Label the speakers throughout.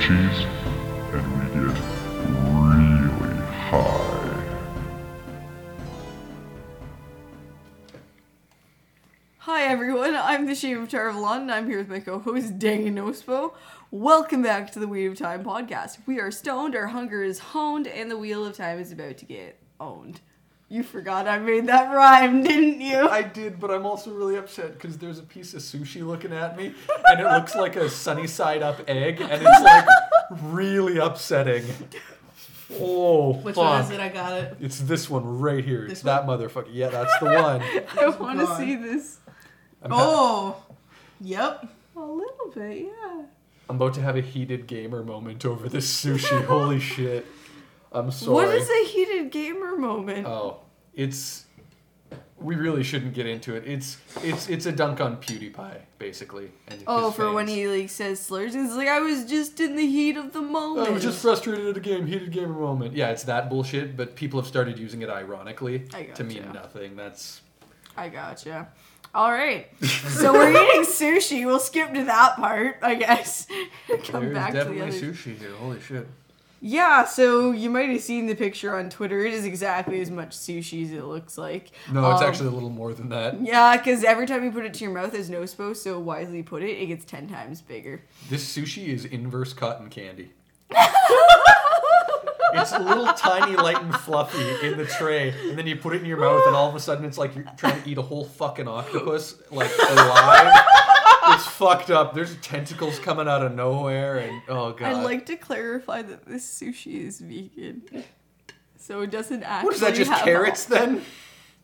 Speaker 1: cheese, and we get really high.
Speaker 2: Hi everyone, I'm the Sheep of Tarvalon, and I'm here with my co-host Dangan Ospo. Welcome back to the Wheel of Time podcast. We are stoned, our hunger is honed, and the wheel of time is about to get owned. You forgot I made that rhyme, didn't you?
Speaker 3: I did, but I'm also really upset because there's a piece of sushi looking at me, and it looks like a sunny side up egg, and it's like really upsetting. Oh,
Speaker 4: Which
Speaker 3: fuck.
Speaker 4: one is it? I got it.
Speaker 3: It's this one right here. it's
Speaker 4: This
Speaker 3: that
Speaker 4: one?
Speaker 3: motherfucker. Yeah, that's the one.
Speaker 2: I want to
Speaker 4: God.
Speaker 2: see this
Speaker 3: I'm, ha-
Speaker 4: Oh, yep.
Speaker 2: a little bit, yeah.
Speaker 3: I'm about to have a heated gamer moment over this sushi. Holy shit. I'm sorry.
Speaker 2: What is a heated gamer moment?
Speaker 3: Oh, it's. We really shouldn't get into it. It's it's it's a dunk on PewDiePie basically. And
Speaker 2: oh,
Speaker 3: his
Speaker 2: for when
Speaker 3: fans.
Speaker 2: he like says slurs, and it's like I was just in the heat of the moment.
Speaker 3: I was just frustrated at a game, heated gamer moment. Yeah, it's that bullshit, but people have started using it ironically
Speaker 2: I
Speaker 3: to mean
Speaker 2: gotcha.
Speaker 3: nothing. That's
Speaker 2: I gotcha. All right. so we're eating sushi. We'll skip to that part, I guess. Come
Speaker 3: there's
Speaker 2: back to the
Speaker 3: definitely
Speaker 2: other.
Speaker 3: sushi here. Holy shit!
Speaker 2: Yeah, so you might have seen the picture on Twitter. It is exactly as much sushi as it looks like.
Speaker 3: No, it's
Speaker 2: Um,
Speaker 3: actually a little more than that.
Speaker 2: Yeah, because every time you put it to your mouth, as no supposed, so wisely put it, it gets 10 times bigger.
Speaker 3: This sushi is inverse cotton candy. It's a little tiny, light and fluffy in the tray, and then you put it in your mouth, and all of a sudden it's like you're trying to eat a whole fucking octopus, like alive. it's fucked up. There's tentacles coming out of nowhere, and oh god.
Speaker 2: I'd like to clarify that this sushi is vegan. So it doesn't actually.
Speaker 3: what is that? Just
Speaker 2: have
Speaker 3: carrots then?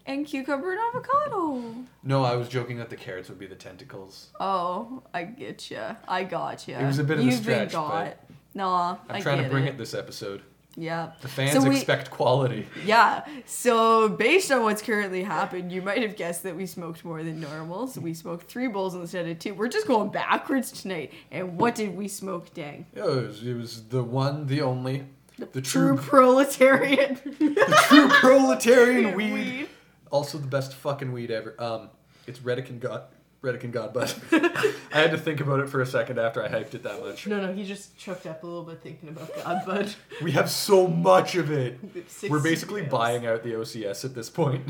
Speaker 2: And cucumber and avocado.
Speaker 3: No, I was joking that the carrots would be the tentacles.
Speaker 2: Oh, I get ya. I got ya.
Speaker 3: It was a bit of a
Speaker 2: You've
Speaker 3: stretch,
Speaker 2: been got.
Speaker 3: but
Speaker 2: Nah,
Speaker 3: I'm
Speaker 2: I
Speaker 3: trying
Speaker 2: get
Speaker 3: to bring
Speaker 2: it.
Speaker 3: it. this episode.
Speaker 2: Yeah.
Speaker 3: The fans
Speaker 2: So we-
Speaker 3: expect quality.
Speaker 2: Yeah. So based on what's currently happened, you might have guessed that we smoked more than normal. So we smoked three bowls instead of two. We're just going backwards tonight. And what did we smoke, dang?
Speaker 3: It was, it was the one, the only, the
Speaker 2: True
Speaker 3: true,
Speaker 2: proletariat
Speaker 3: the true proletarian weed.
Speaker 2: weed.
Speaker 3: Also, the best fucking weed ever. Um, it's Redican God, Redican God Bud. I had to think about it for a second after I hyped it that much.
Speaker 4: No, no, he just choked up a little bit thinking about God, bud.
Speaker 3: We have so much of it.
Speaker 4: Six
Speaker 3: We're basically
Speaker 4: emails.
Speaker 3: buying out the OCS at this point.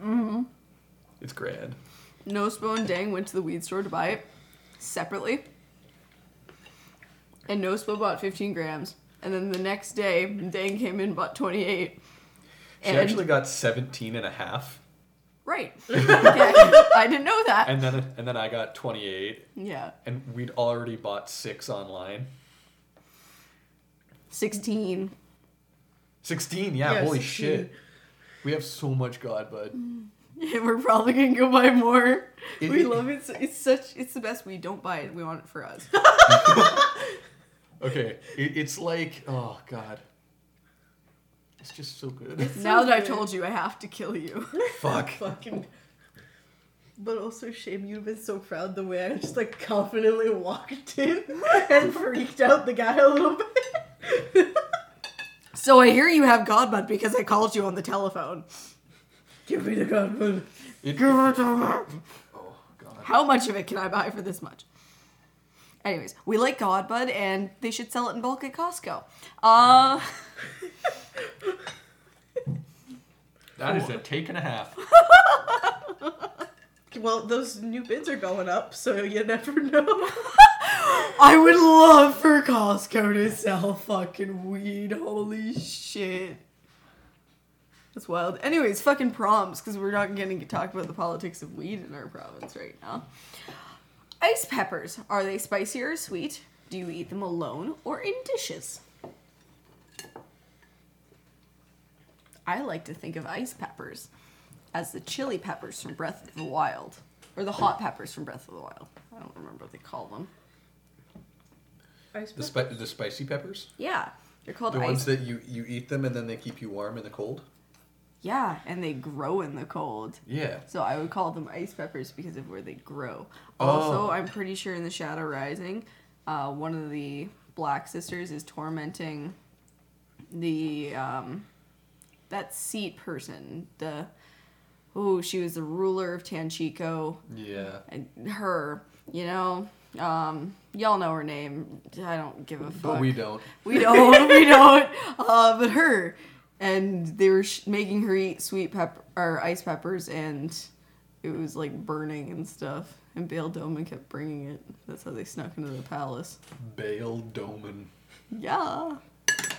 Speaker 3: Mm-hmm. It's grand.
Speaker 2: No Spoon and Dang went to the weed store to buy it separately. And No Spoon bought 15 grams. And then the next day, Dang came in and bought 28.
Speaker 3: She actually got 17 and a half.
Speaker 2: Right. Okay. I didn't know that.
Speaker 3: And then, and then I got 28
Speaker 2: yeah.
Speaker 3: and we'd already bought six online.
Speaker 2: 16.
Speaker 3: Sixteen, yeah,
Speaker 4: Yeah,
Speaker 3: holy
Speaker 4: 16.
Speaker 3: shit. We have so much God, bud.
Speaker 2: And we're probably gonna go buy more.
Speaker 3: It-
Speaker 2: we
Speaker 3: it-
Speaker 2: love it. so- It's such. It's the best. We don't buy it. We want it for us.
Speaker 3: Okay, it, it's like, oh God, it's just so good.
Speaker 2: now that I've
Speaker 4: good.
Speaker 2: told you, I have to kill you.
Speaker 3: Fuck.
Speaker 4: Fucking. But also, shame you've been so proud the way I just like confidently walked in and freaked out the guy a little bit.
Speaker 2: so I hear you have Godbud because I called you on the telephone.
Speaker 4: Give me the God, bud.
Speaker 3: It- oh God.
Speaker 2: How much of it can I buy for this much? Anyways, we like Godbud, and they should sell it in bulk at Costco. Uh,
Speaker 3: That is a take and a half.
Speaker 4: Well, those new bids are going up, so you never know.
Speaker 2: I would love for Costco to sell fucking weed. Holy shit. That's wild. Anyways, fucking proms, because we're not going to talk about the politics of weed in our province right now. Ice peppers. Are they spicy or sweet? Do you eat them alone or in dishes? I like to think of ice peppers as the chili peppers from Breath of the Wild, or the hot peppers from Breath of the Wild. I don't remember what they call them.
Speaker 3: The, spi- the spicy peppers,
Speaker 2: Yeah, they're called
Speaker 3: the
Speaker 2: ice.
Speaker 3: ones that you you eat them and then they keep you warm in the cold.
Speaker 2: yeah, and they grow in the cold.
Speaker 3: Yeah.
Speaker 2: So I would call them ice peppers because of where they grow.
Speaker 3: Oh.
Speaker 2: Also, I'm pretty sure in the Shadow Rising, uh, one of the Black Sisters is tormenting the um, that seat person. The oh, she was the ruler of Tanchico
Speaker 3: Yeah.
Speaker 2: and her. You know, Um, y'all know her name. I don't give a fuck.
Speaker 3: But we don't.
Speaker 2: We don't. we don't. Uh, but her, and they were sh- making her eat sweet pepper or ice peppers, and it was like burning and stuff. And Bale Doman kept bringing it. That's how they snuck into the palace.
Speaker 3: Bale Doman.
Speaker 2: Yeah.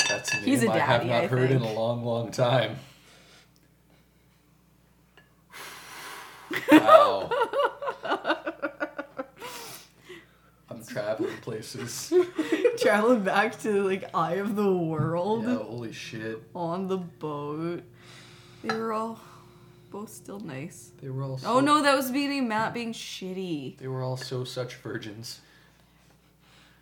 Speaker 3: That's a name
Speaker 2: He's a
Speaker 3: I have
Speaker 2: daddy,
Speaker 3: not
Speaker 2: I
Speaker 3: heard in a
Speaker 2: think.
Speaker 3: long, long time. Wow. I'm traveling places.
Speaker 2: Traveling back to like Eye of the World
Speaker 3: Yeah, holy shit.
Speaker 2: on the boat. They were all both still nice.
Speaker 3: They were all so,
Speaker 2: Oh no, that was being Matt being shitty.
Speaker 3: They were all so such virgins.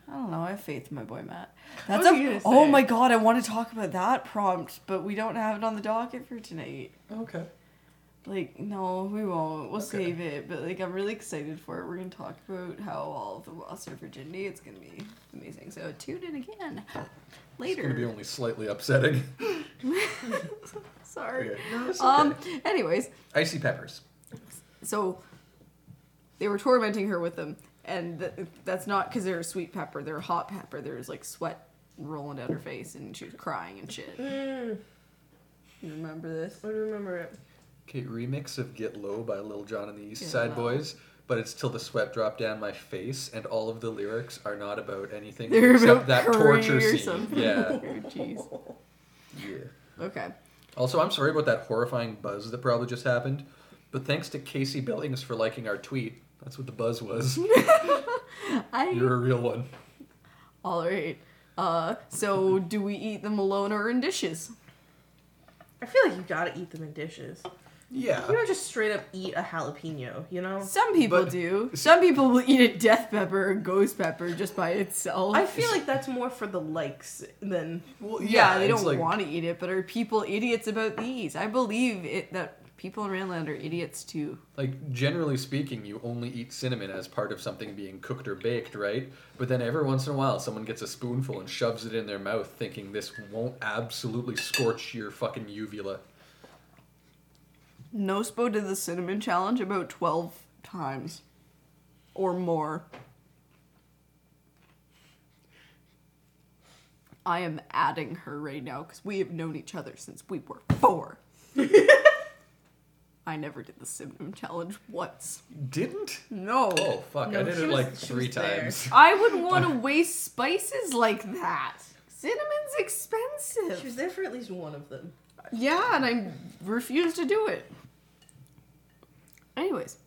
Speaker 2: I don't know. I have faith in my boy Matt.
Speaker 4: What
Speaker 2: That's
Speaker 4: were you
Speaker 2: a,
Speaker 4: gonna
Speaker 2: oh
Speaker 4: say?
Speaker 2: my god. I want to talk about that prompt, but we don't have it on the docket for tonight.
Speaker 3: Okay.
Speaker 2: Like no, we won't. We'll
Speaker 3: Okay.
Speaker 2: save it. But like, I'm really excited for it. We're gonna talk about how all of them lost their virginity. It's gonna be amazing. So tune in again
Speaker 3: It's
Speaker 2: later.
Speaker 3: gonna be only slightly upsetting.
Speaker 2: Sorry.
Speaker 3: Okay. No, it's
Speaker 2: Um.
Speaker 3: okay.
Speaker 2: Anyways,
Speaker 3: Icy peppers.
Speaker 2: so they were tormenting her with them, and th- that's not because they're a sweet pepper. They're a hot pepper. There's like sweat rolling down her face, and she was crying and shit.
Speaker 4: Mm,
Speaker 2: You remember this?
Speaker 4: I remember it.
Speaker 3: Okay, remix of Get Low by Lil Jon and the East
Speaker 2: Get
Speaker 3: Side
Speaker 2: Low.
Speaker 3: Boys, but it's till the sweat dropped down my face, and all of the lyrics are not about anything
Speaker 2: They're
Speaker 3: except
Speaker 2: about
Speaker 3: that
Speaker 2: curry
Speaker 3: torture
Speaker 2: or
Speaker 3: scene.
Speaker 2: something.
Speaker 3: Yeah.
Speaker 2: Oh, jeez.
Speaker 3: yeah.
Speaker 2: Okay.
Speaker 3: Also, I'm sorry about that horrifying buzz that probably just happened, but thanks to Casey Billings for liking our tweet. That's what the buzz was.
Speaker 2: I.
Speaker 3: You're a real one.
Speaker 2: All right. Uh, so do we eat them alone or in dishes?
Speaker 4: I feel like you gotta eat them in dishes. You
Speaker 3: Yeah.
Speaker 4: don't just straight up eat a jalapeno, you know?
Speaker 2: Some people
Speaker 3: But-
Speaker 2: do. Some people will eat a death pepper or ghost pepper just by itself.
Speaker 4: I feel like that's more for the likes than.
Speaker 3: Well,
Speaker 2: yeah, they
Speaker 3: it's
Speaker 2: don't
Speaker 3: like-
Speaker 2: want to eat it, but are people idiots about these? I believe it that people in Randland are idiots too.
Speaker 3: Like generally speaking, you only eat cinnamon as part of something being cooked or baked, right? But then every once in a while, someone gets a spoonful and shoves it in their mouth, thinking this won't absolutely scorch your fucking uvula.
Speaker 2: Nospo did the cinnamon challenge about twelve times or more. I am adding her right now because we have known each other since we were four. I never did the cinnamon challenge once.
Speaker 3: Didn't?
Speaker 2: No.
Speaker 3: Oh fuck! I
Speaker 4: No,
Speaker 3: did
Speaker 4: she
Speaker 3: it
Speaker 4: was-
Speaker 3: like
Speaker 4: she
Speaker 3: three
Speaker 4: was there.
Speaker 3: times.
Speaker 2: I would want to waste spices like that. Cinnamon's expensive.
Speaker 4: She was there for at least one of them.
Speaker 2: Yeah, and I refuse to do it. Anyways,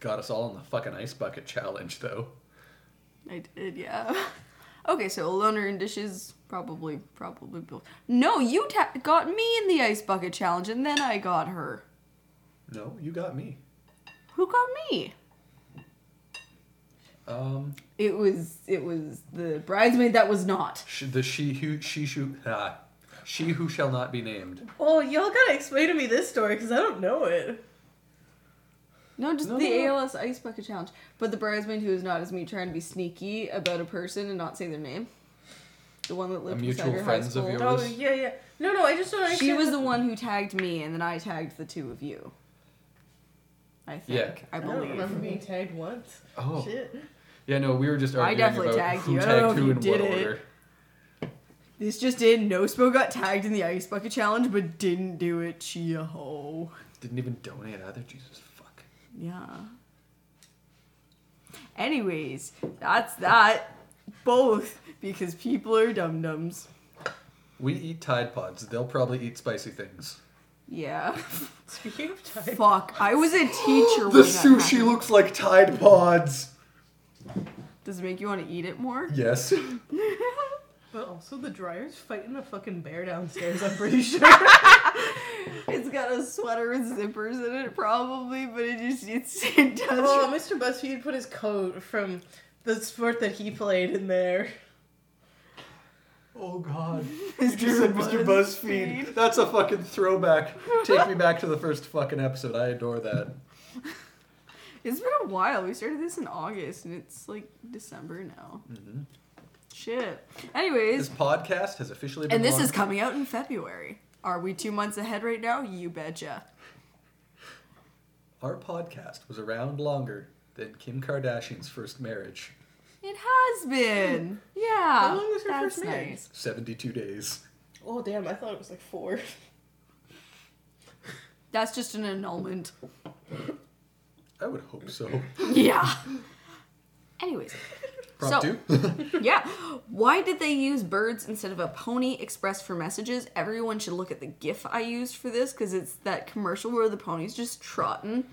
Speaker 3: Got us all on the fucking ice bucket challenge, though.
Speaker 2: I did, yeah. Okay, so loner in dishes, probably, probably. both. No, you ta- got me in the ice bucket challenge, and then I got her.
Speaker 3: No, you got me.
Speaker 2: Who got me?
Speaker 3: Um,
Speaker 2: It was, it was the bridesmaid that was not.
Speaker 3: sh- the she who she who ah, she who shall not be named.
Speaker 4: Oh, y'all gotta explain to me this story because I don't know it.
Speaker 2: No, just
Speaker 3: No,
Speaker 2: the
Speaker 3: no, no.
Speaker 2: ALS ice bucket challenge. But the bridesmaid who is not is me trying to be sneaky about a person and not say their name. The one that lived beside
Speaker 3: mutual
Speaker 2: her high
Speaker 3: friends of
Speaker 2: school.
Speaker 3: yours?
Speaker 4: Oh
Speaker 3: was-
Speaker 4: yeah, yeah. No, no, I just don't.
Speaker 2: She
Speaker 4: understand
Speaker 2: was
Speaker 4: how-
Speaker 2: the one who tagged me, and then I tagged the two of you. I think.
Speaker 3: Yeah.
Speaker 2: I
Speaker 4: I don't
Speaker 2: believe.
Speaker 4: remember being tagged once.
Speaker 3: Oh,
Speaker 4: Shit.
Speaker 3: yeah, no, we were just
Speaker 2: I
Speaker 3: arguing
Speaker 2: definitely
Speaker 3: about
Speaker 2: tagged
Speaker 3: who
Speaker 2: you. I don't
Speaker 3: tagged
Speaker 2: know if
Speaker 3: who
Speaker 2: you
Speaker 3: in
Speaker 2: did
Speaker 3: what
Speaker 2: it.
Speaker 3: order.
Speaker 2: This just in. Nospo got tagged in the ice bucket challenge, but didn't do it. She a hoe.
Speaker 3: Didn't even donate either. Jesus fuck.
Speaker 2: Yeah. Anyways, that's that. Both because people are dum dums.
Speaker 3: We eat Tide Pods. They'll probably eat spicy things.
Speaker 2: Yeah.
Speaker 4: Speaking of time,
Speaker 2: Fuck. I was a teacher.
Speaker 3: The
Speaker 2: when that
Speaker 3: sushi
Speaker 2: happened.
Speaker 3: looks like Tide Pods.
Speaker 2: Does it make you want to eat it more?
Speaker 3: Yes.
Speaker 4: but also the dryer's fighting a fucking bear downstairs. I'm pretty sure.
Speaker 2: It's got a sweater with zippers in it, probably, but it just it's, it does.
Speaker 4: oh, Mr. Buzzfeed put his coat from the sport that he played in there.
Speaker 3: Oh god.
Speaker 2: Mr.
Speaker 3: You said
Speaker 2: Buzzfeed.
Speaker 3: Mr. Buzzfeed. That's a fucking throwback. Take me back to the first fucking episode. I adore that.
Speaker 2: It's been a while. We started this in August, and it's like December now. Shit.
Speaker 3: This
Speaker 2: Anyways,
Speaker 3: podcast has officially been
Speaker 2: and this is
Speaker 3: launched.
Speaker 2: coming out in February. Are we two months ahead right now? You betcha.
Speaker 3: Our podcast was around longer than Kim Kardashian's first marriage.
Speaker 2: It has been. Yeah.
Speaker 4: How long was your
Speaker 2: that's
Speaker 4: first marriage?
Speaker 2: nice.
Speaker 3: 72 days.
Speaker 4: Oh damn! I thought it was like four.
Speaker 2: That's just an annulment.
Speaker 3: I would hope so.
Speaker 2: Yeah. Anyways,
Speaker 3: Prop two?
Speaker 2: yeah. Why did they use birds instead of a pony express for messages? Everyone should look at the GIF I used for this because it's that commercial where the pony's just trotting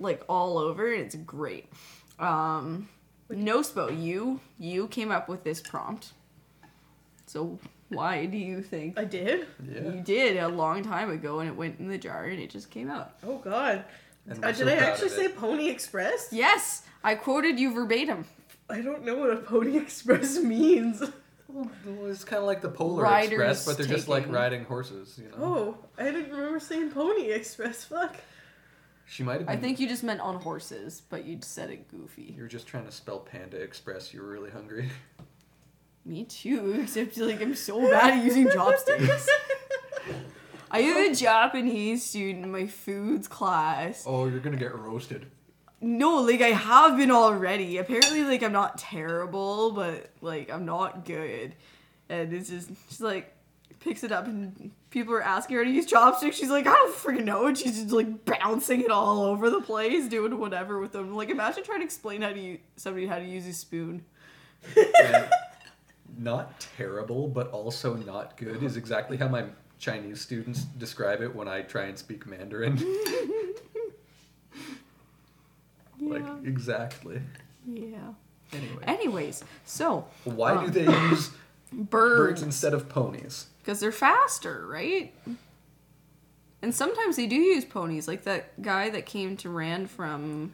Speaker 2: like all over and it's great. Um, Nospo, you you came up with this prompt. So why do you think
Speaker 4: I did.
Speaker 2: you
Speaker 3: yeah.
Speaker 2: did a long time ago and it went in the jar and it just came out?
Speaker 4: Oh god.
Speaker 3: And
Speaker 4: Uh,
Speaker 3: we're so
Speaker 4: did I
Speaker 3: proud
Speaker 4: actually
Speaker 3: of
Speaker 4: say
Speaker 3: it.
Speaker 4: Pony Express?
Speaker 2: Yes, I quoted you verbatim.
Speaker 4: I don't know what a Pony Express means.
Speaker 3: Well, It's kind of like the Polar
Speaker 2: Riders
Speaker 3: Express, but they're just like
Speaker 2: taking-
Speaker 3: riding horses, you know?
Speaker 4: Oh, I didn't remember saying Pony Express. Fuck.
Speaker 3: She might have
Speaker 2: I
Speaker 3: been.
Speaker 2: think you just meant on horses, but you said it goofy.
Speaker 3: You were just trying to spell Panda Express. You were really hungry.
Speaker 2: Me too, except like I'm so bad at using chopsticks. I have a Japanese student in my foods class.
Speaker 3: Oh, you're gonna get roasted.
Speaker 2: No, like I have been already. Apparently, like I'm not terrible, but like I'm not good. And it's just she's like picks it up and people are asking her to use chopsticks. She's like, I don't freaking know. And she's just like bouncing it all over the place, doing whatever with them. Like imagine trying to explain how to u- somebody how to use a spoon.
Speaker 3: And not terrible, but also not good is exactly how my Chinese students describe it when I try and speak Mandarin. Like
Speaker 2: Yeah.
Speaker 3: exactly.
Speaker 2: Yeah.
Speaker 3: Anyway,
Speaker 2: Anyways, so
Speaker 3: why
Speaker 2: um,
Speaker 3: do they use birds
Speaker 2: birds
Speaker 3: instead of ponies?
Speaker 2: because they're faster, right? And sometimes they do use ponies, like that guy that came to Rand from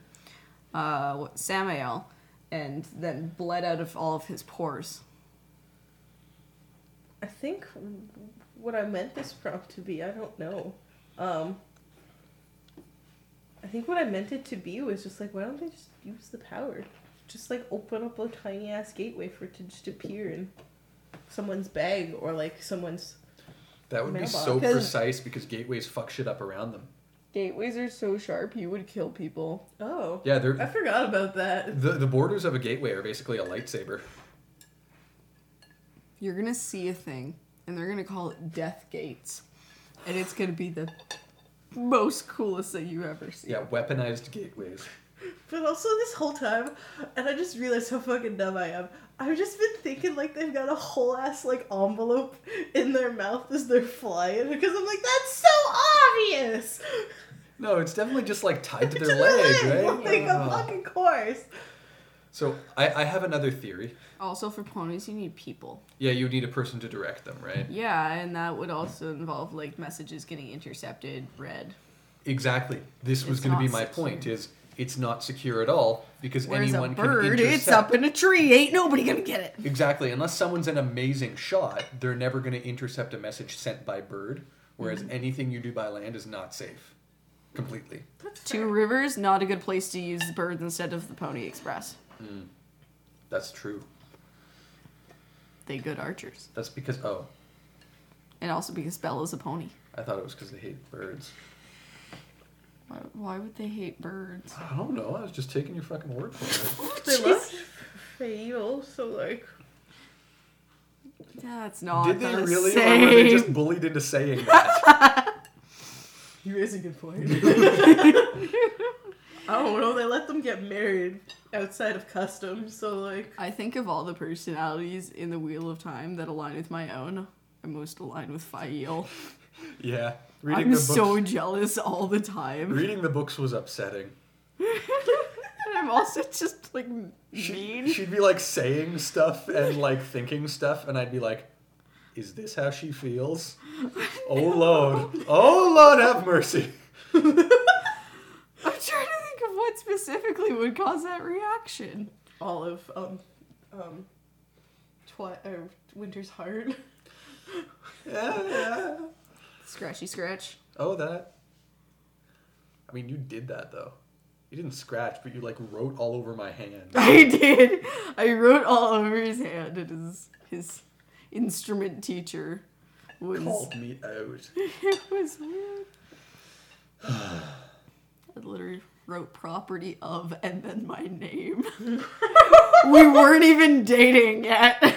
Speaker 2: uh, what, Samael, and then bled out of all of his pores.
Speaker 4: I think what I meant this prompt to be, I don't know. Um, I think what I meant it to be was just like, why don't they just use the power? Just like open up a tiny ass gateway for it to just appear in someone's bag or like someone's
Speaker 3: That would be
Speaker 4: Mailbox.
Speaker 3: so
Speaker 2: 'Cause-
Speaker 3: precise because gateways fuck shit up around them.
Speaker 2: Gateways are so sharp, you would kill people.
Speaker 4: oh
Speaker 3: Yeah,
Speaker 4: I
Speaker 3: they're
Speaker 4: forgot about that.
Speaker 3: the, the borders of a gateway are basically a lightsaber.
Speaker 2: You're gonna see a thing, and they're gonna call it Death Gates, and it's gonna be the most coolest that you ever see.
Speaker 3: Yeah, weaponized gateways.
Speaker 4: But also this whole time, and I just realized how fucking dumb I am. I've just been thinking like they've got a whole ass like envelope in their mouth as they're flying because I'm like that's so obvious.
Speaker 3: No, it's definitely just like tied to
Speaker 4: To
Speaker 3: their leg, right?
Speaker 4: Like
Speaker 3: Oh.
Speaker 4: a fucking course.
Speaker 3: So I, I have another theory.
Speaker 2: Also, for ponies, you need people.
Speaker 3: Yeah, you need a person to direct them, right?
Speaker 2: Yeah, and that would also involve like messages getting intercepted, read.
Speaker 3: Exactly. This was
Speaker 2: It's
Speaker 3: going to
Speaker 2: not
Speaker 3: be my
Speaker 2: secure.
Speaker 3: point: is it's not secure at all because
Speaker 2: Whereas
Speaker 3: anyone
Speaker 2: a bird,
Speaker 3: can intercept.
Speaker 2: it's up in a tree. Ain't nobody gonna get it.
Speaker 3: Exactly. Unless someone's an amazing shot, they're never going to intercept a message sent by bird. Whereas
Speaker 2: Mm-hmm.
Speaker 3: anything you do by land is not safe, completely.
Speaker 2: Two rivers, not a good place to use the birds instead of the Pony Express.
Speaker 3: That's true.
Speaker 2: They good archers,
Speaker 3: That's because oh,
Speaker 2: and also because Bella's a pony.
Speaker 3: I thought it was because they hate birds.
Speaker 2: Why, why would they hate birds?
Speaker 3: I don't know. I was just taking your fucking word for it.
Speaker 4: They must fail. So like,
Speaker 2: That's not.
Speaker 3: Did they
Speaker 2: the
Speaker 3: really, or were
Speaker 2: Same.
Speaker 3: they just bullied into saying that?
Speaker 4: you raise a good point. I don't know. They let them get married outside of customs. So like,
Speaker 2: I think of all the personalities in the Wheel of Time that align with my own. I'm most aligned with Fael.
Speaker 3: yeah, reading
Speaker 2: I'm
Speaker 3: the books.
Speaker 2: so jealous all the time.
Speaker 3: Reading the books was upsetting.
Speaker 2: And I'm also just like mean.
Speaker 3: She'd be like saying stuff and like thinking stuff, and I'd be like, "Is this how she feels?" Oh Lord, oh Lord, have mercy.
Speaker 2: I'm trying to think of what specifically would cause that reaction. oh,
Speaker 4: all of um um twi- or Winter's Heart.
Speaker 3: Yeah, yeah.
Speaker 2: Scratchy scratch.
Speaker 3: Oh, that. I mean, you did that though. You didn't scratch, but you like wrote all over my hand.
Speaker 2: I did. I wrote all over his hand, and his his instrument teacher was
Speaker 3: Called me out.
Speaker 2: it was weird. I'd literally throat property of and then my name. we weren't even dating yet.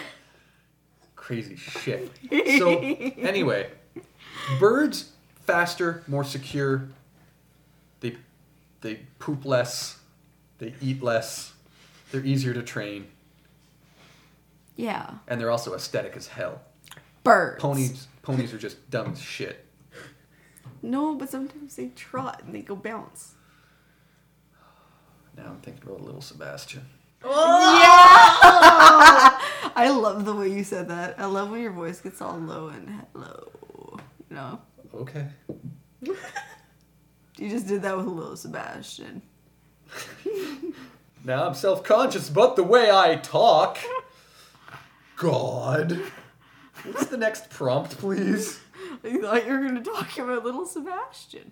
Speaker 3: Crazy shit. So anyway, birds faster, more secure. They they poop less. They eat less. They're easier to train,
Speaker 2: Yeah.
Speaker 3: and they're also aesthetic as hell.
Speaker 2: Birds.
Speaker 3: Ponies ponies are just dumb as shit.
Speaker 2: No, but sometimes they trot and they go bounce.
Speaker 3: Now I'm thinking about little Sebastian.
Speaker 2: I love the way you said that. I love when your voice gets all low and hello. You know?
Speaker 3: Okay.
Speaker 2: You just did that with Lil Sebastian.
Speaker 3: Now I'm self-conscious about the way I talk. God. What's the next prompt, please?
Speaker 2: I thought you were going to talk about Little Sebastian.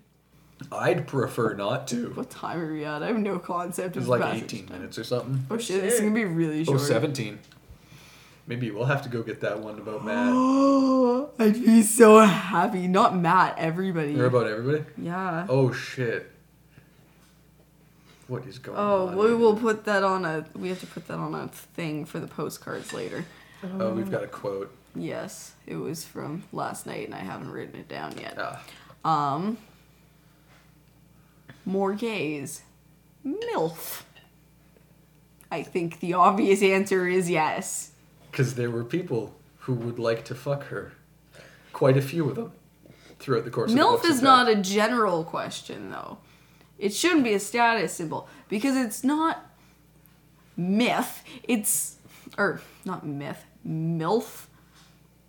Speaker 3: I'd prefer not to.
Speaker 2: What time are we at? I have no concept.
Speaker 3: It's
Speaker 2: of
Speaker 3: like
Speaker 2: passage
Speaker 3: 18
Speaker 2: time.
Speaker 3: minutes or something.
Speaker 2: Oh shit, this is gonna be really
Speaker 3: Oh,
Speaker 2: short.
Speaker 3: 17. Maybe we'll have to go get that one about Matt.
Speaker 2: I'd be so happy. Not Matt, everybody.
Speaker 3: Or about everybody?
Speaker 2: yeah. Oh,
Speaker 3: Oh, shit. What is going on?
Speaker 2: Oh, we will put that on a. We have to put that on a thing for the postcards later.
Speaker 3: Oh, we've got a quote.
Speaker 2: Yes, it was from last night, and I haven't written it down yet.
Speaker 3: Ah,
Speaker 2: Um. More gays. MILF. I think the obvious answer is yes.
Speaker 3: Because there were people who would like to fuck her. Quite a few of them. Throughout the course of the
Speaker 2: MILF
Speaker 3: books,
Speaker 2: is
Speaker 3: in
Speaker 2: not
Speaker 3: fact.
Speaker 2: a general question, though. It shouldn't be a status symbol because it's not myth. It's or not myth, milf.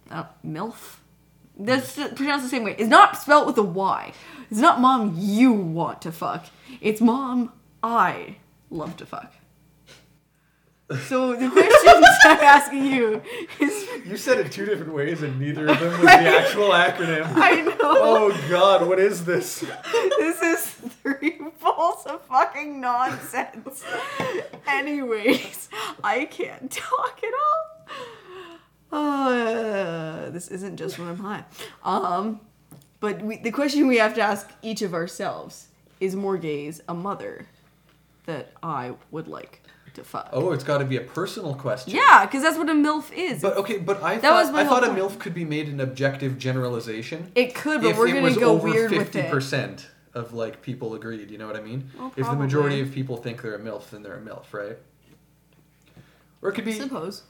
Speaker 2: Uh, milf. That's pronounced the same way. It's not spelt with a Y. It's not mom you want to fuck. It's mom I love to fuck. So the question I'm asking you is,
Speaker 3: You said it two different ways, and neither of them was the actual acronym.
Speaker 2: I know.
Speaker 3: Oh, God, what is this?
Speaker 2: this is three bowls of fucking nonsense. Anyways, I can't talk at all. Uh, this isn't just when I'm high. Um, but we, the question we have to ask each of ourselves is Morgaze a mother that I would like to fuck?
Speaker 3: Oh, it's got to be a personal question.
Speaker 2: Yeah, because that's what a MILF is.
Speaker 3: But okay, but I
Speaker 2: was
Speaker 3: thought
Speaker 2: my
Speaker 3: I thought a
Speaker 2: whole
Speaker 3: MILF could be made an objective generalization.
Speaker 2: it could, but we're
Speaker 3: it
Speaker 2: going
Speaker 3: was
Speaker 2: to go
Speaker 3: over
Speaker 2: weird with
Speaker 3: fifty
Speaker 2: it.
Speaker 3: percent of like people agreed, you know what I mean?
Speaker 2: Well,
Speaker 3: if the majority
Speaker 2: probably.
Speaker 3: of people think they're a MILF, then they're a MILF, right? Or it could be
Speaker 2: Suppose.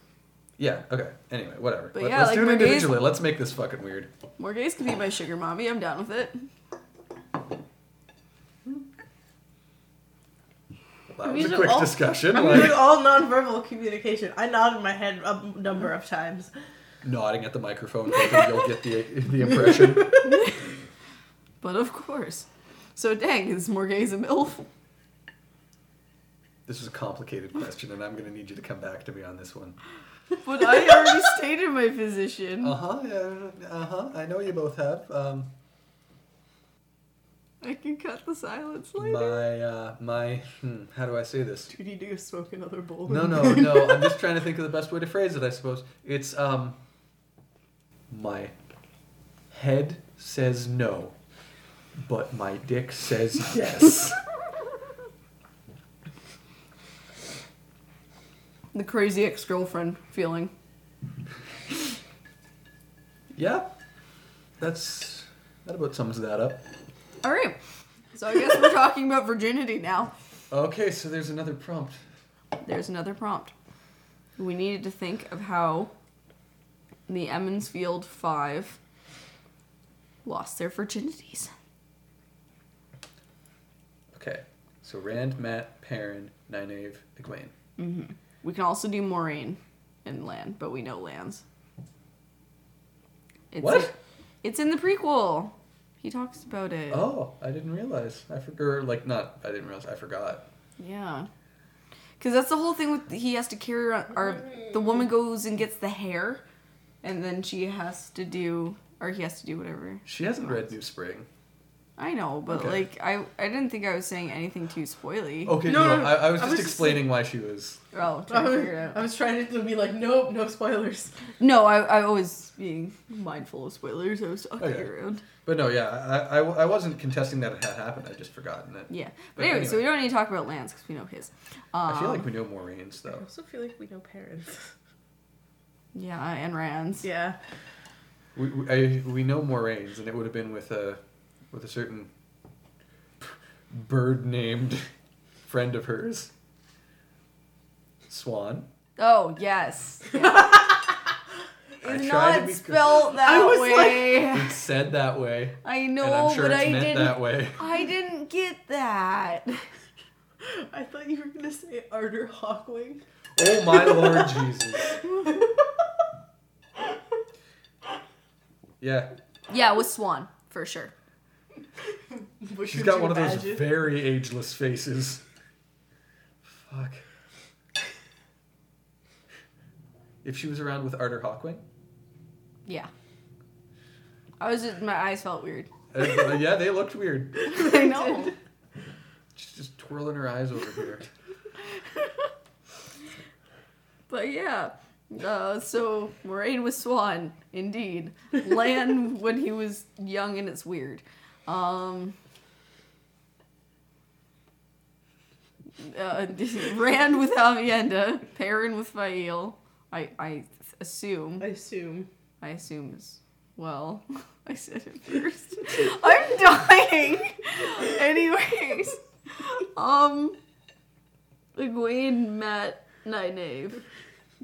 Speaker 3: Yeah, okay. Anyway, whatever.
Speaker 2: But
Speaker 3: Let,
Speaker 2: yeah,
Speaker 3: us
Speaker 2: like,
Speaker 3: do it
Speaker 2: we're gays-
Speaker 3: individually. Let's make this fucking weird.
Speaker 2: Morgaze could be my sugar mommy. I'm down with it.
Speaker 3: Well, that
Speaker 4: We
Speaker 3: was a
Speaker 4: should
Speaker 3: quick
Speaker 4: all-
Speaker 3: discussion.
Speaker 4: I'm
Speaker 3: Like
Speaker 4: doing all nonverbal communication. I nodded my head a number of times.
Speaker 3: nodding at the microphone thinking you'll get the the impression.
Speaker 2: But of course. So dang, is Morgaze a MILF?
Speaker 3: This is a complicated question and I'm gonna need you to come back to me on this one.
Speaker 2: But I already stated my position.
Speaker 3: Uh-huh, yeah, uh-huh. I know you both have. Um
Speaker 2: I can cut the silence later.
Speaker 3: my uh my hmm, how do I say this?
Speaker 4: Do you need to go smoke another bowl?
Speaker 3: No, no, no. I'm just trying to think of the best way to phrase it. I suppose it's um. My head says no, but my dick says yes.
Speaker 2: The crazy ex-girlfriend feeling.
Speaker 3: yeah, that's that about sums that up.
Speaker 2: All right. So I guess we're talking about virginity now.
Speaker 3: Okay, so there's another prompt.
Speaker 2: There's another prompt. We needed to think of how the Emmonsfield Five lost their virginities.
Speaker 3: Okay, so Rand, Matt, Perrin, Nynaeve, Egwene.
Speaker 2: We can also do Maureen and Land, but we know Lands. It's
Speaker 3: What?
Speaker 2: it's in the prequel. He talks about it.
Speaker 3: Oh, I didn't realize. I forgot. Like not. I didn't realize. I forgot.
Speaker 2: Yeah. Because that's the whole thing with he has to carry around, or the woman goes and gets the hair, and then she has to do, or he has to do whatever.
Speaker 3: She hasn't read New Spring.
Speaker 2: I know, but
Speaker 3: Okay.
Speaker 2: like I, I didn't think I was saying anything too spoily.
Speaker 3: Okay,
Speaker 4: No,
Speaker 3: no,
Speaker 4: no, no.
Speaker 3: I, I was
Speaker 4: I
Speaker 3: just
Speaker 4: was just-
Speaker 3: explaining why she was
Speaker 2: Oh, trying to figure it
Speaker 4: I
Speaker 2: out.
Speaker 4: was trying to be like, nope, no spoilers.
Speaker 2: No, I, I always just being mindful of spoilers. I was talking
Speaker 3: Okay.
Speaker 2: around.
Speaker 3: But no, yeah, I, I, I wasn't contesting that it had happened. I just forgotten it.
Speaker 2: Yeah.
Speaker 3: But
Speaker 2: But anyway, so we
Speaker 3: anyway.
Speaker 2: don't need to talk about Lance because we know his. Um,
Speaker 3: I feel like we know Maureen's
Speaker 4: I
Speaker 3: though.
Speaker 4: also feel like we know parents.
Speaker 2: Yeah, and Rand's.
Speaker 4: yeah.
Speaker 3: We we, I, we know Maureen's, and it would have been with a with a certain bird named friend of hers, Swan.
Speaker 2: Oh, yes. Yeah.
Speaker 3: I
Speaker 2: It's
Speaker 3: tried to
Speaker 2: not
Speaker 3: be-
Speaker 2: spelled that
Speaker 4: I was like-
Speaker 2: way.
Speaker 3: It's said that way,
Speaker 2: I know,
Speaker 3: and I'm sure
Speaker 2: but
Speaker 3: it's
Speaker 2: I
Speaker 3: meant
Speaker 2: didn't.
Speaker 3: that way.
Speaker 2: I didn't get that.
Speaker 4: I thought you were gonna say Arter Hawkwing.
Speaker 3: Oh my Lord Jesus! Yeah,
Speaker 2: Yeah, it was Swan for sure.
Speaker 4: What
Speaker 3: she's
Speaker 4: could
Speaker 3: got
Speaker 4: you
Speaker 3: one of those
Speaker 4: imagine?
Speaker 3: very ageless faces. Fuck. If she was around with Arter Hawkwing,
Speaker 2: Yeah. I was just, my eyes felt weird.
Speaker 3: Uh, yeah, they looked weird.
Speaker 2: I know.
Speaker 3: She's just twirling her eyes over here.
Speaker 2: But yeah. Uh, so Moraine was Swan, indeed. Lan when he was young and it's weird. Um uh, Rand with Avienda, Perrin with Fael. I I assume.
Speaker 4: I assume.
Speaker 2: I assume as well. I said it first. I'm dying. Anyways, um, Egwene, Matt, Nynaeve.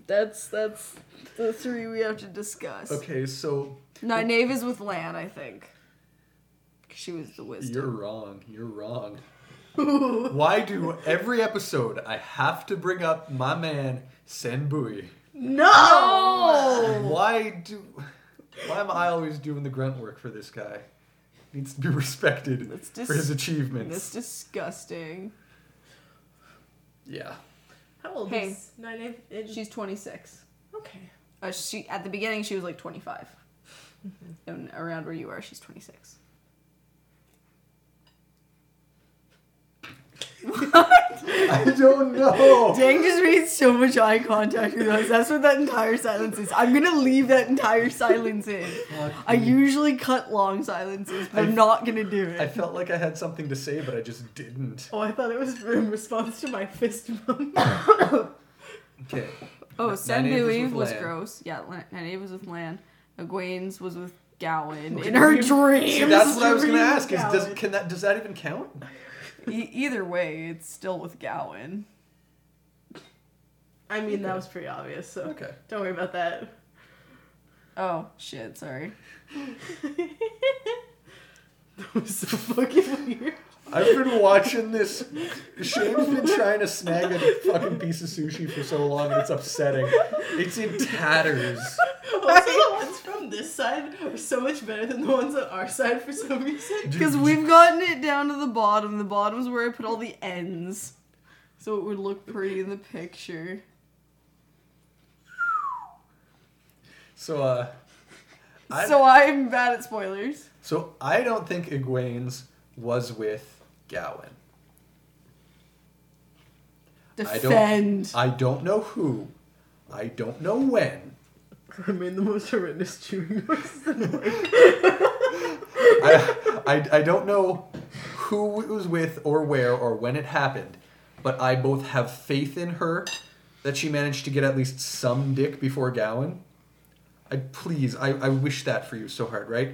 Speaker 2: That's that's the three we have to discuss.
Speaker 3: Okay, so
Speaker 2: Nynaeve is with Lan, I think. 'Cause She was the wisdom.
Speaker 3: you're wrong. You're wrong. Why do every episode I have to bring up my man Senbui?
Speaker 4: No!
Speaker 3: Why do? Why am I always doing the grunt work for this guy? Needs to be respected
Speaker 2: That's
Speaker 3: for his
Speaker 2: dis-
Speaker 3: achievements.
Speaker 2: That's disgusting.
Speaker 3: yeah.
Speaker 4: How old
Speaker 2: Hey.
Speaker 4: is Nine
Speaker 2: She's 26.
Speaker 4: Okay.
Speaker 2: Uh, she at the beginning she was like 25,
Speaker 3: Mm-hmm.
Speaker 2: and around where you are, she's 26.
Speaker 3: I don't know.
Speaker 2: Dang just made so much eye contact with us. That's what that entire silence is. I'm gonna leave that entire silence in. I
Speaker 4: Mm-hmm.
Speaker 2: usually cut long silences, but I'm
Speaker 3: I-
Speaker 2: not gonna do it.
Speaker 3: I felt like I had something to say, but I just didn't.
Speaker 4: Oh, I thought it was in response to my fist bump.
Speaker 3: Okay.
Speaker 2: oh,
Speaker 3: Nynaeve
Speaker 2: San
Speaker 3: was with
Speaker 2: Louis was
Speaker 3: Lan.
Speaker 2: gross. Yeah, Lan- Nynaeve was with Lan. Egwene's was with Gowan in her dreams.
Speaker 3: See, that's what I was gonna
Speaker 4: Dream
Speaker 3: ask. Is does
Speaker 4: salad.
Speaker 3: can that does that even count?
Speaker 2: E- either way, it's still with Gowan.
Speaker 4: I mean, that was pretty obvious, so
Speaker 3: Okay.
Speaker 4: don't worry about that.
Speaker 2: Oh shit, sorry.
Speaker 4: that was so fucking weird.
Speaker 3: I've been watching this. Shane's been trying to snag a fucking piece of sushi for so long, and it's upsetting. It's in tatters.
Speaker 4: Also, the ones from this side are so much better than the ones on our side for some reason.
Speaker 2: Because we've gotten it down to the bottom. The bottom's where I put all the ends. So it would look pretty in the picture.
Speaker 3: So, uh, I,
Speaker 2: So
Speaker 3: so,
Speaker 2: I'm bad at spoilers.
Speaker 3: I don't think Egwene's was with Gowan. I don't-
Speaker 2: defend.
Speaker 3: I don't know who. I don't know when.
Speaker 4: I mean, the most horrendous chewing noises in the world.
Speaker 3: I, I, I don't know who it was with or where or when it happened, but I both have faith in her that she managed to get at least some dick before Gowan. I please, I, I wish that for you so hard, right?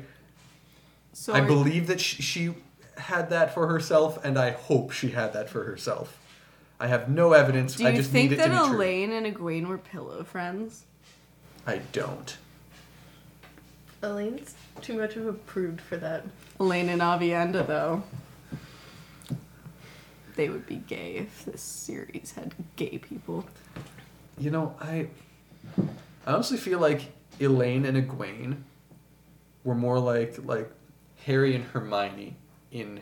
Speaker 2: So
Speaker 3: I
Speaker 2: are-
Speaker 3: believe that she, she had that for herself, and I hope she had that for herself. I have no evidence.
Speaker 2: do you
Speaker 3: I just
Speaker 2: think
Speaker 3: need it
Speaker 2: that
Speaker 3: to be true.
Speaker 2: Elaine and Egwene were pillow friends?
Speaker 3: I don't.
Speaker 4: Elaine's too much of a prude for that.
Speaker 2: Elaine and Avienda, though. They would be gay if this series had gay people.
Speaker 3: You know, I, I honestly feel like Elaine and Egwene were more like like Harry and Hermione in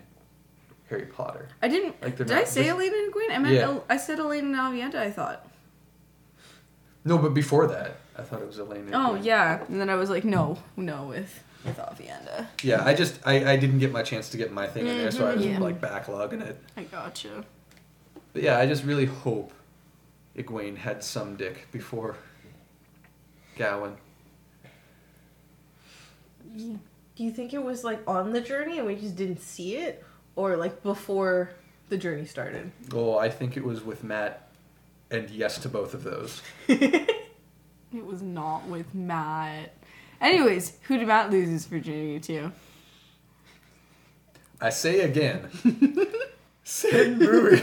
Speaker 3: Harry Potter.
Speaker 2: I didn't.
Speaker 3: Like they're
Speaker 2: did I
Speaker 3: not-
Speaker 2: say
Speaker 3: this-
Speaker 2: Elaine and Egwene? I meant
Speaker 3: Yeah.
Speaker 2: El- I said Elaine and Avienda. I thought.
Speaker 3: No, but before that, I thought it was Elaine. And
Speaker 2: Oh
Speaker 3: Egwene.
Speaker 2: yeah, and then I was like, no, no, with with Avienda.
Speaker 3: Yeah, I just I, I didn't get my chance to get my thing in there, so I was
Speaker 2: Mhm, yeah.
Speaker 3: like backlogging it.
Speaker 2: I gotcha.
Speaker 3: But yeah, I just really hope Egwene had some dick before Gowan.
Speaker 4: do you think it was like on the journey and we just didn't see it, or like before the journey started?
Speaker 3: Oh, I think it was with Matt, and yes to both of those.
Speaker 2: It was not with Matt. Anyways, who did Matt lose his virginity to?
Speaker 3: I say again, Sin Rui.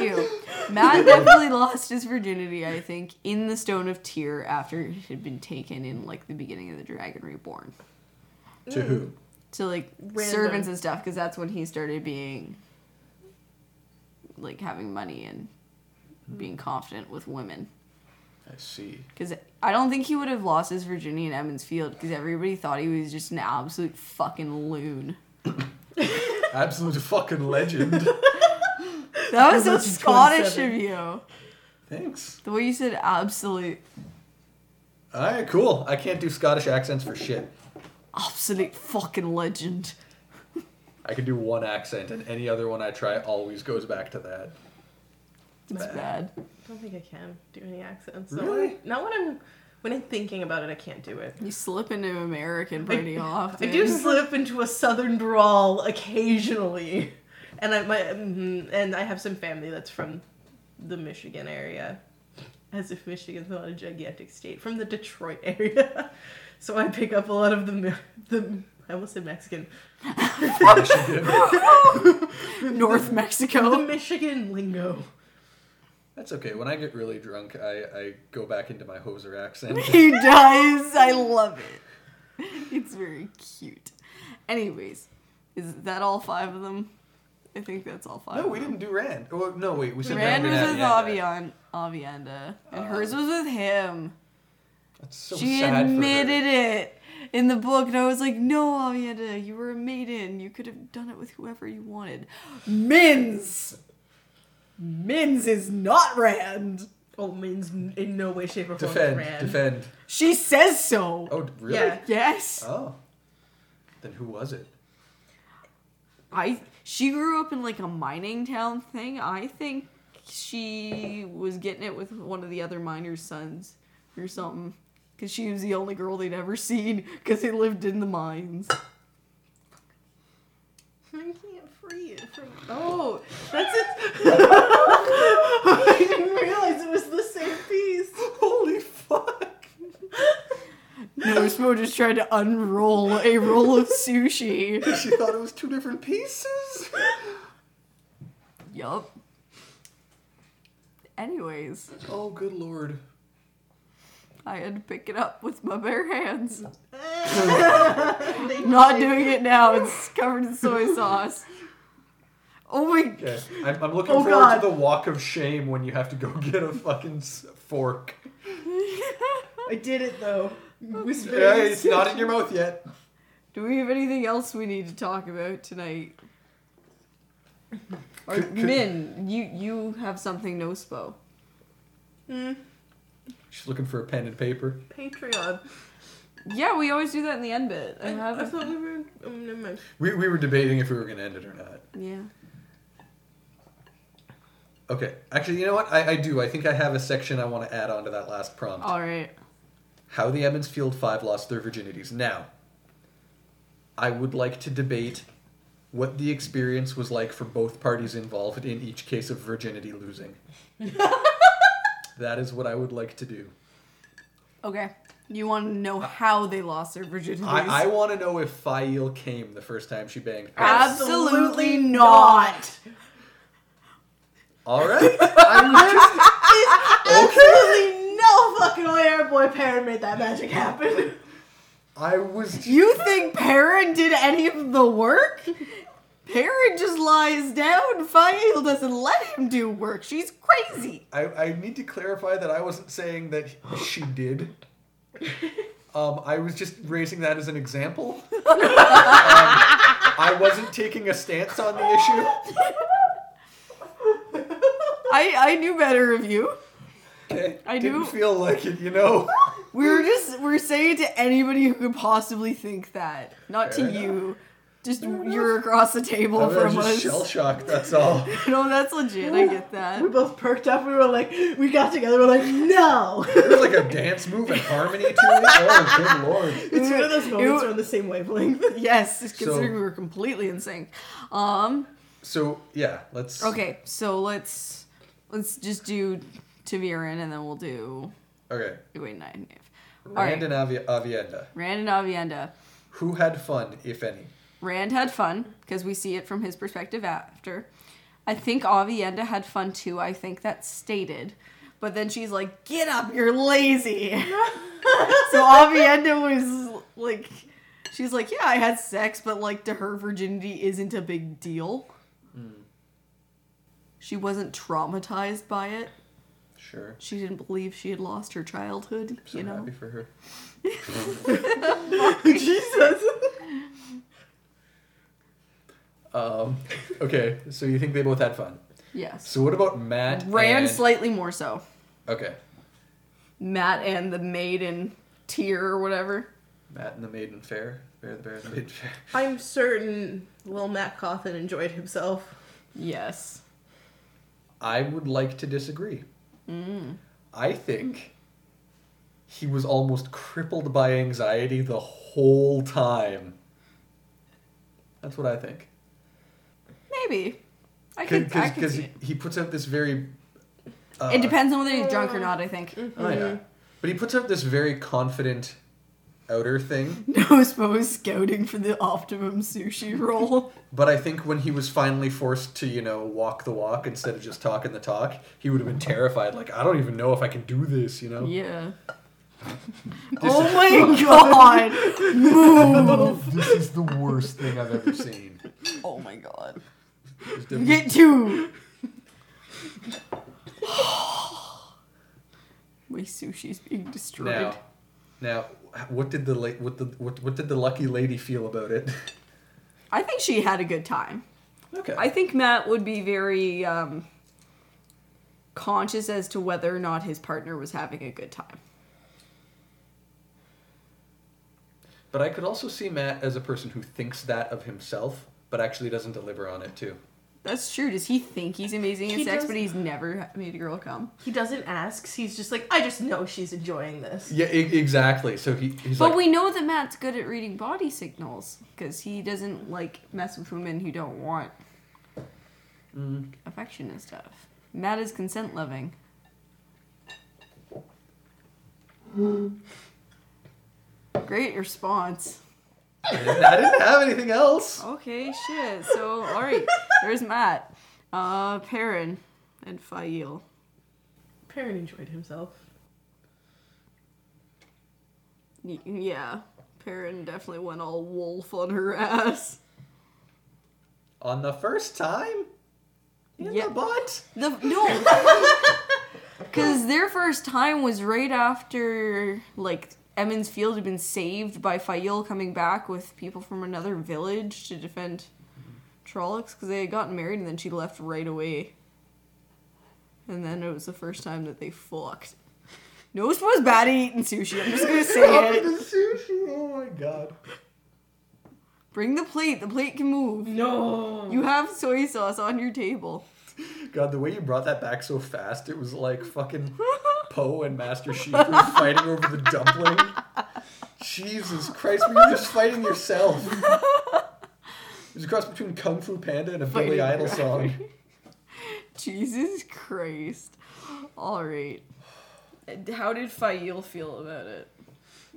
Speaker 2: Ew. Matt definitely lost his virginity, I think, in the Stone of Tear after it had been taken in like the beginning of the Dragon Reborn.
Speaker 3: to
Speaker 2: Hmm.
Speaker 3: who?
Speaker 2: To like
Speaker 4: Random.
Speaker 2: servants and stuff, because that's when he started being like having money and being confident with women.
Speaker 3: I see.
Speaker 2: Because I don't think he would have lost his virginity in Emmons Field because everybody thought he was just an absolute fucking loon.
Speaker 3: Absolute fucking legend.
Speaker 2: That was so
Speaker 4: Legend
Speaker 2: Scottish of
Speaker 4: 27.
Speaker 2: you.
Speaker 3: Thanks.
Speaker 2: The way you said absolute,
Speaker 3: All right, cool. I can't do Scottish accents for shit.
Speaker 2: absolute fucking legend.
Speaker 3: I can do one accent, and any other one I try always goes back to that.
Speaker 2: It's bad.
Speaker 4: I don't think I can do any accents.
Speaker 3: Really?
Speaker 4: Not when I'm when I'm thinking about it, I can't do it.
Speaker 2: You slip into American pretty
Speaker 4: I
Speaker 2: often.
Speaker 4: do slip into a southern drawl occasionally, and I my mhm, and I have some family that's from the Michigan area, as if Michigan's not a gigantic state. From the Detroit area, so I pick up a lot of the Mi- the I almost said Mexican,
Speaker 3: Michigan.
Speaker 2: North
Speaker 4: the
Speaker 2: Mexico.
Speaker 4: Michigan lingo.
Speaker 3: That's okay. When I get really drunk, I, I go back into my hoser accent.
Speaker 2: he does. I love it. It's very cute. Anyways, is that all five of them? I think that's all five.
Speaker 3: no,
Speaker 2: of
Speaker 3: we
Speaker 2: them.
Speaker 3: didn't do Rand. Oh, no, wait. We said
Speaker 2: Rand
Speaker 3: Rand
Speaker 2: was
Speaker 3: and
Speaker 2: with
Speaker 3: Avienda.
Speaker 2: Avian, Avienda, and hers was with him.
Speaker 3: That's so
Speaker 2: she
Speaker 3: Uh, sad for her.
Speaker 2: admitted it in the book, and I was like, "No, Avienda, you were a maiden. You could have done it with whoever you wanted." Mins. Mins is not Rand.
Speaker 4: Oh, means in no way, shape, or form
Speaker 3: Defend,
Speaker 4: ran.
Speaker 3: defend.
Speaker 2: She says so.
Speaker 3: Oh, d- really?
Speaker 4: Yeah.
Speaker 2: Yes.
Speaker 3: Oh. Then who was it?
Speaker 2: I she grew up in like a mining town thing. I think she was getting it with one of the other miners' sons or something. Cause she was the only girl they'd ever seen. Cause they lived in the mines.
Speaker 4: I can't free it from. Oh, that's it. I didn't realize it was the same piece. Holy fuck.
Speaker 2: Nosmo just tried to unroll a roll of sushi.
Speaker 3: She thought it was two different pieces.
Speaker 2: Yup. Anyways,
Speaker 3: Oh, good lord.
Speaker 2: I had to pick it up with my bare hands.
Speaker 4: They
Speaker 2: Not
Speaker 4: did.
Speaker 2: doing it now. It's covered in soy sauce. Oh my
Speaker 3: Okay. I'm, I'm looking
Speaker 4: Oh,
Speaker 3: forward
Speaker 4: God.
Speaker 3: to the walk of shame when you have to go get a fucking s- fork.
Speaker 4: I did it though. Whisper.
Speaker 3: Yeah, it's not in your mouth yet.
Speaker 2: Do we have anything else we need to talk about tonight? Or
Speaker 3: Could- could-
Speaker 2: Min, you you have something no spo.
Speaker 4: Mm.
Speaker 3: She's looking for a pen and paper.
Speaker 4: Patreon.
Speaker 2: Yeah, we always do that in the end bit. I
Speaker 4: I, I
Speaker 2: have
Speaker 4: thought we were. Um, never mind.
Speaker 3: We, we were debating if we were going to end it or not.
Speaker 2: yeah.
Speaker 3: Okay. Actually, you know what? I, I do. I think I have a section I want to add on to that last prompt.
Speaker 4: Oh.
Speaker 2: All right.
Speaker 3: How the Emmons Field Five lost their virginities. Now, I would like to debate what the experience was like for both parties involved in each case of virginity losing. that is what I would like to do.
Speaker 2: Okay. You want to know how they lost their virginity?
Speaker 3: I, I want to know if Fail came the first time she banged.
Speaker 2: Ah.
Speaker 3: Paris.
Speaker 2: Absolutely, not.
Speaker 3: All right. I'm just, okay.
Speaker 4: Absolutely no fucking way our boy Perrin made that magic happen.
Speaker 3: I was.
Speaker 2: You think Perrin did any of the work? Perrin just lies down. Fael doesn't let him do work. She's crazy.
Speaker 3: I, I need to clarify that I wasn't saying that she did. Um, I was just raising that as an example. Um, I wasn't taking a stance on the issue.
Speaker 2: I I knew better of you.
Speaker 3: Okay.
Speaker 2: I
Speaker 3: didn't
Speaker 2: do-
Speaker 3: feel like it, you know.
Speaker 2: We were just we're saying to anybody who could possibly think that, not
Speaker 3: Fair
Speaker 2: to you, Just you're across the table
Speaker 3: I was
Speaker 2: from
Speaker 3: just
Speaker 2: us.
Speaker 3: shell shocked. That's all.
Speaker 2: No, that's legit. I get that.
Speaker 4: We both perked up. We were like, we got together. We're like, no.
Speaker 3: There's like a dance move and harmony to it. Oh, good lord.
Speaker 4: It's one of those
Speaker 2: Ew.
Speaker 4: moments we're on the same wavelength.
Speaker 2: Yes, considering
Speaker 3: So-
Speaker 2: we were completely in sync. Um.
Speaker 3: So yeah, let's.
Speaker 2: Okay, so let's let's just do Taviran and then we'll do
Speaker 3: Okay.
Speaker 2: wait nine. All right,
Speaker 3: Rand and Avi- Avienda.
Speaker 2: Rand and Avienda.
Speaker 3: Who had fun, if any?
Speaker 2: Rand had fun because we see it from his perspective after. I think Avienda had fun too. I think that's stated. But then she's like, "Get up, you're lazy." so Avienda was like she's like, "Yeah, I had sex, but like to her virginity isn't a big deal." She wasn't traumatized by it.
Speaker 3: Sure.
Speaker 2: She didn't believe she had lost her childhood,
Speaker 3: So
Speaker 2: you know.
Speaker 3: happy for her.
Speaker 4: Jesus.
Speaker 3: Um, okay, so you think they both had fun.
Speaker 2: Yes.
Speaker 3: So what about Matt?
Speaker 2: Rand
Speaker 3: and...
Speaker 2: slightly more so.
Speaker 3: Okay,
Speaker 2: Matt and the maiden tear or whatever.
Speaker 3: Matt and the Maiden Fair. Bear the Bear and the Maiden Fair.
Speaker 4: I'm certain little Matt Coffin enjoyed himself.
Speaker 2: Yes.
Speaker 3: I would like to disagree.
Speaker 2: Mm.
Speaker 3: I think he was almost crippled by anxiety the whole time. That's what I think.
Speaker 2: Maybe. I could, I could
Speaker 3: Because
Speaker 2: see
Speaker 3: he,
Speaker 2: it.
Speaker 3: he puts out this very. Uh,
Speaker 2: it depends on whether he's drunk or not, I think.
Speaker 3: Oh,
Speaker 2: Mm.
Speaker 3: yeah. But he puts out this very confident outer thing.
Speaker 2: No suppose scouting for the optimum sushi roll.
Speaker 3: But I think when he was finally forced to, you know, walk the walk instead of just talking the talk, he would have been terrified. Like, I don't even know if I can do this, you know?
Speaker 2: yeah.
Speaker 3: This,
Speaker 2: oh my god!
Speaker 3: is, this is the worst thing I've ever seen.
Speaker 2: Oh my god.
Speaker 3: There's definitely-
Speaker 2: Get two! my sushi's being destroyed.
Speaker 3: Now, now, what did the la- what the what, what did the lucky lady feel about it?
Speaker 2: I think she had a good time.
Speaker 3: Okay.
Speaker 2: I think Matt would be very um, conscious as to whether or not his partner was having a good time.
Speaker 3: but I could also see Matt as a person who thinks that of himself, but actually doesn't deliver on it too.
Speaker 2: That's true. Does he think he's amazing in
Speaker 4: He
Speaker 2: sex,
Speaker 4: does-
Speaker 2: but he's never made a girl come?
Speaker 4: He doesn't ask. He's just like, I just know she's enjoying this.
Speaker 3: Yeah, e- exactly. So he, he's
Speaker 2: But
Speaker 3: like,
Speaker 2: we know that Matt's good at reading body signals because he doesn't like mess with women who don't want
Speaker 3: Mm-hmm.
Speaker 2: affection and stuff. Matt is consent loving. Great response.
Speaker 3: I didn't have anything else.
Speaker 2: Okay, shit. So, all right, there's Matt, uh, Perrin, and Fail.
Speaker 4: Perrin enjoyed himself.
Speaker 2: Y- yeah, Perrin definitely went all wolf on her ass.
Speaker 3: On the first time? In
Speaker 2: Yeah.
Speaker 3: the butt?
Speaker 2: The no, because their first time was right after like Emmons Field had been saved by Fail coming back with people from another village to defend Trollocs because they had gotten married and then she left right away. And then it was the first time that they fucked. No, it was bad at eating sushi. I'm just gonna say
Speaker 3: Up
Speaker 2: it.
Speaker 3: the sushi. Oh my god.
Speaker 2: Bring the plate. The plate can move.
Speaker 4: No.
Speaker 2: You have soy sauce on your table.
Speaker 3: God, the way you brought that back so fast, it was like fucking Poe and Master Shifu fighting over the dumpling. Jesus Christ, were you just fighting yourself? There's a cross between Kung Fu Panda and a Billy
Speaker 2: Fighting
Speaker 3: Idol
Speaker 2: back.
Speaker 3: song.
Speaker 2: Jesus Christ. All right. And How did Fail feel about it?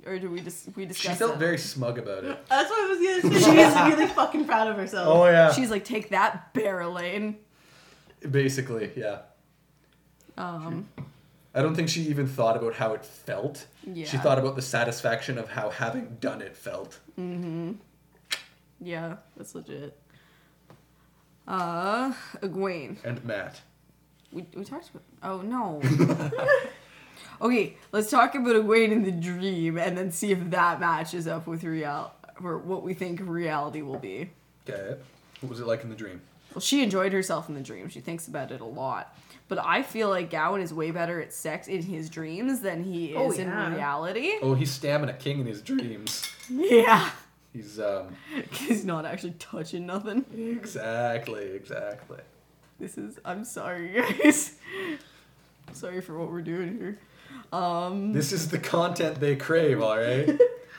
Speaker 2: Or did we just we
Speaker 3: She
Speaker 2: discuss
Speaker 3: felt
Speaker 2: that?
Speaker 3: very smug about it.
Speaker 4: That's what I was gonna say. She was really fucking proud of herself.
Speaker 3: yeah.
Speaker 2: She's like, take that, Barrelane.
Speaker 3: Basically, yeah.
Speaker 2: Um,
Speaker 3: I don't think she even thought about how it felt. She
Speaker 2: Yeah.
Speaker 3: thought about the satisfaction of how having done it felt.
Speaker 2: yeah, that's legit. Uh, Egwene.
Speaker 3: And Matt.
Speaker 2: We, we talked about. Oh no. okay, let's talk about Egwene in the dream, and then see if that matches up with real or what we think reality will be.
Speaker 3: Okay. What was it like in the dream?
Speaker 2: Well, she enjoyed herself in the dream. She thinks about it a lot. But I feel like Gowan is way better at sex in his dreams than he is
Speaker 4: Oh, yeah.
Speaker 2: in reality.
Speaker 3: Oh, he's stamming a king in his dreams.
Speaker 2: Yeah.
Speaker 3: He's um
Speaker 2: He's not actually touching nothing.
Speaker 3: exactly, exactly.
Speaker 2: This is. I'm sorry, guys. sorry for what we're doing here. Um.
Speaker 3: This is the content they crave, all right?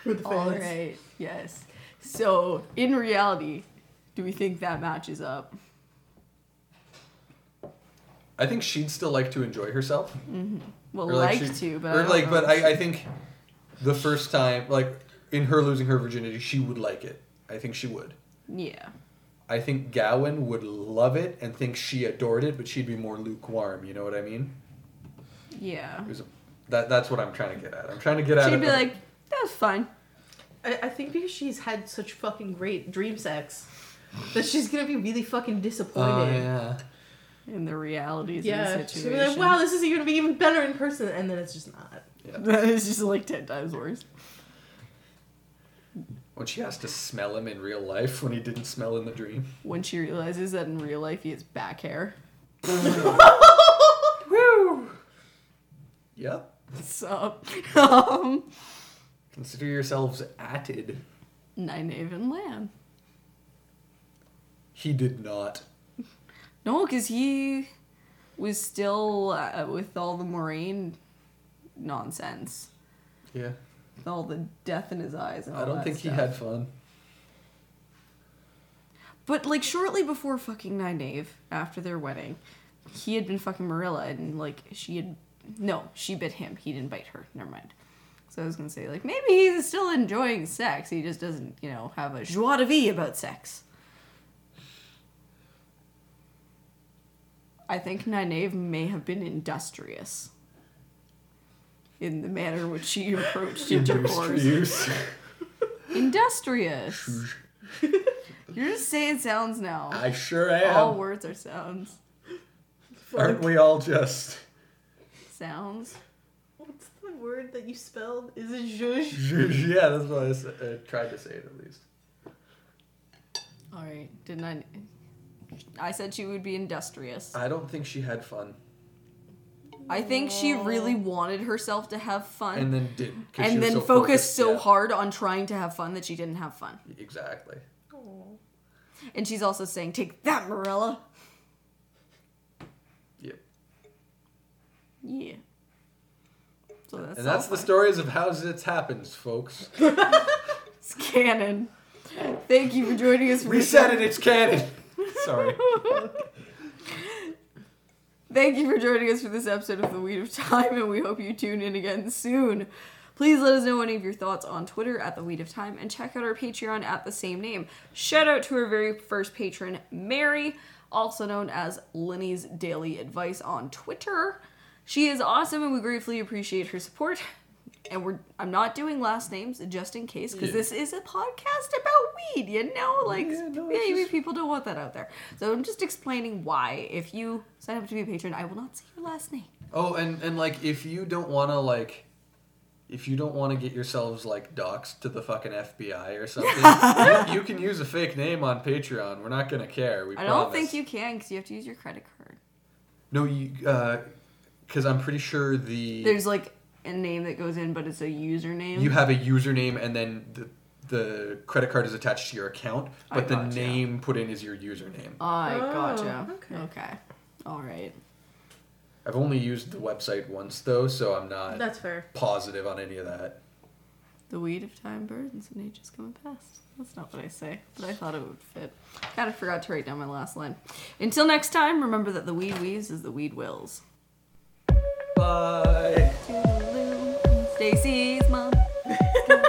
Speaker 4: For the fans.
Speaker 2: All right. Yes. So in reality, do we think that matches up?
Speaker 3: I think she'd still like to enjoy herself.
Speaker 2: Well,
Speaker 3: Or,
Speaker 2: like,
Speaker 3: she-
Speaker 2: to, but I
Speaker 3: or
Speaker 2: don't
Speaker 3: like,
Speaker 2: know.
Speaker 3: but I, I think the first time, like in her losing her virginity, she would like it. I think she would.
Speaker 2: yeah.
Speaker 3: I think Gowan would love it and think she adored it, but she'd be more lukewarm. You know what I mean?
Speaker 2: Yeah.
Speaker 3: It was a, that that's what I'm trying to get at. I'm trying to get at.
Speaker 2: She'd
Speaker 3: it
Speaker 2: be
Speaker 3: the-
Speaker 2: like, that was fun.
Speaker 4: I, I think because she's had such fucking great dream sex that she's gonna be really fucking
Speaker 3: oh
Speaker 4: disappointed.
Speaker 3: yeah.
Speaker 2: In the realities
Speaker 4: Yeah,
Speaker 2: of the
Speaker 4: she's gonna
Speaker 2: situation.
Speaker 4: be like, wow, this is gonna be even better in person, and then it's just not.
Speaker 2: it's just like ten times worse.
Speaker 3: When she has to smell him in real life when he didn't smell in the dream.
Speaker 2: When she realizes that in real life he has back hair.
Speaker 3: Woo. Yep.
Speaker 2: So, um,
Speaker 3: Consider yourselves atted.
Speaker 2: Nynaeve Lamb.
Speaker 3: He did not.
Speaker 2: No, because he was still uh, with all the Moraine nonsense,
Speaker 3: Yeah.
Speaker 2: with all the death in his eyes. And all
Speaker 3: I don't
Speaker 2: that
Speaker 3: think he
Speaker 2: stuff.
Speaker 3: had fun.
Speaker 2: But like shortly before fucking Nynaeve, after their wedding, he had been fucking Marilla, and like she had no, she bit him. He didn't bite her. Never mind. So I was gonna say like maybe he's still enjoying sex. He just doesn't you know have a joie de vie about sex. I think Nynaeve may have been industrious in the manner in which she approached intercourse.
Speaker 3: Induced use.
Speaker 2: Industrious. You're just saying sounds now.
Speaker 3: I sure
Speaker 2: All
Speaker 3: am.
Speaker 2: words are sounds.
Speaker 3: Aren't we all just?
Speaker 2: Sounds.
Speaker 4: What's the word that you spelled? Is it zhuzh?
Speaker 3: yeah, that's what I s- uh, tried to say it at least.
Speaker 2: All right. Didn't I? I said she would be industrious.
Speaker 3: I don't think she had fun
Speaker 2: I think she really wanted herself to have fun,
Speaker 3: and then didn't. 'cause she
Speaker 2: and
Speaker 3: was
Speaker 2: then
Speaker 3: so
Speaker 2: focused, so
Speaker 3: yeah.
Speaker 2: hard on trying to have fun that she didn't have fun.
Speaker 3: Exactly.
Speaker 2: And she's also saying, "Take that, Marilla."
Speaker 3: Yep.
Speaker 2: Yeah. So that's
Speaker 3: And that's the
Speaker 2: story.
Speaker 3: stories of how it happens, folks.
Speaker 2: It's canon. Thank you for joining us. For
Speaker 3: We
Speaker 2: this
Speaker 3: said it. It's canon. Sorry.
Speaker 2: Thank you for joining us for this episode of The Weed of Time, and we hope you tune in again soon. Please let us know any of your thoughts on Twitter at The Weed of Time and check out our Patreon at the same name. Shout out to our very first patron, Mary, also known as Lenny's Daily Advice on Twitter. She is awesome and we gratefully appreciate her support. And we're I'm not doing last names just in case, because
Speaker 3: Yeah.
Speaker 2: this is a podcast about weed, you know? Like
Speaker 3: Yeah, no, it's
Speaker 2: maybe
Speaker 3: just-
Speaker 2: people don't want that out there. So I'm just explaining why. If you sign up to be a patron, I will not say your last name.
Speaker 3: Oh, and and like if you don't want to like. If you don't want to get yourselves like doxxed to the fucking FBI or something, you, you can use a fake name on Patreon. We're not gonna care. We
Speaker 2: I
Speaker 3: promise.
Speaker 2: don't think you can because you have to use your credit card.
Speaker 3: No, you, because I'm pretty sure the
Speaker 2: There's like a name that goes in, but it's a username.
Speaker 3: you have a username and then the the credit card is attached to your account,
Speaker 2: I
Speaker 3: but the
Speaker 2: gotcha.
Speaker 3: name put in is your username.
Speaker 2: I
Speaker 4: Oh,
Speaker 2: gotcha.
Speaker 4: okay.
Speaker 2: Okay. All right.
Speaker 3: I've only used the website once though, so I'm not
Speaker 4: That's fair.
Speaker 3: positive on any of that.
Speaker 2: The weed of time burdens and ages coming past. That's not what I say, but I thought it would fit. Kind of forgot to write down my last line. Until next time, remember that the weed weaves is the weed wills.
Speaker 3: Bye.
Speaker 2: Toodaloo. Stacy's mom.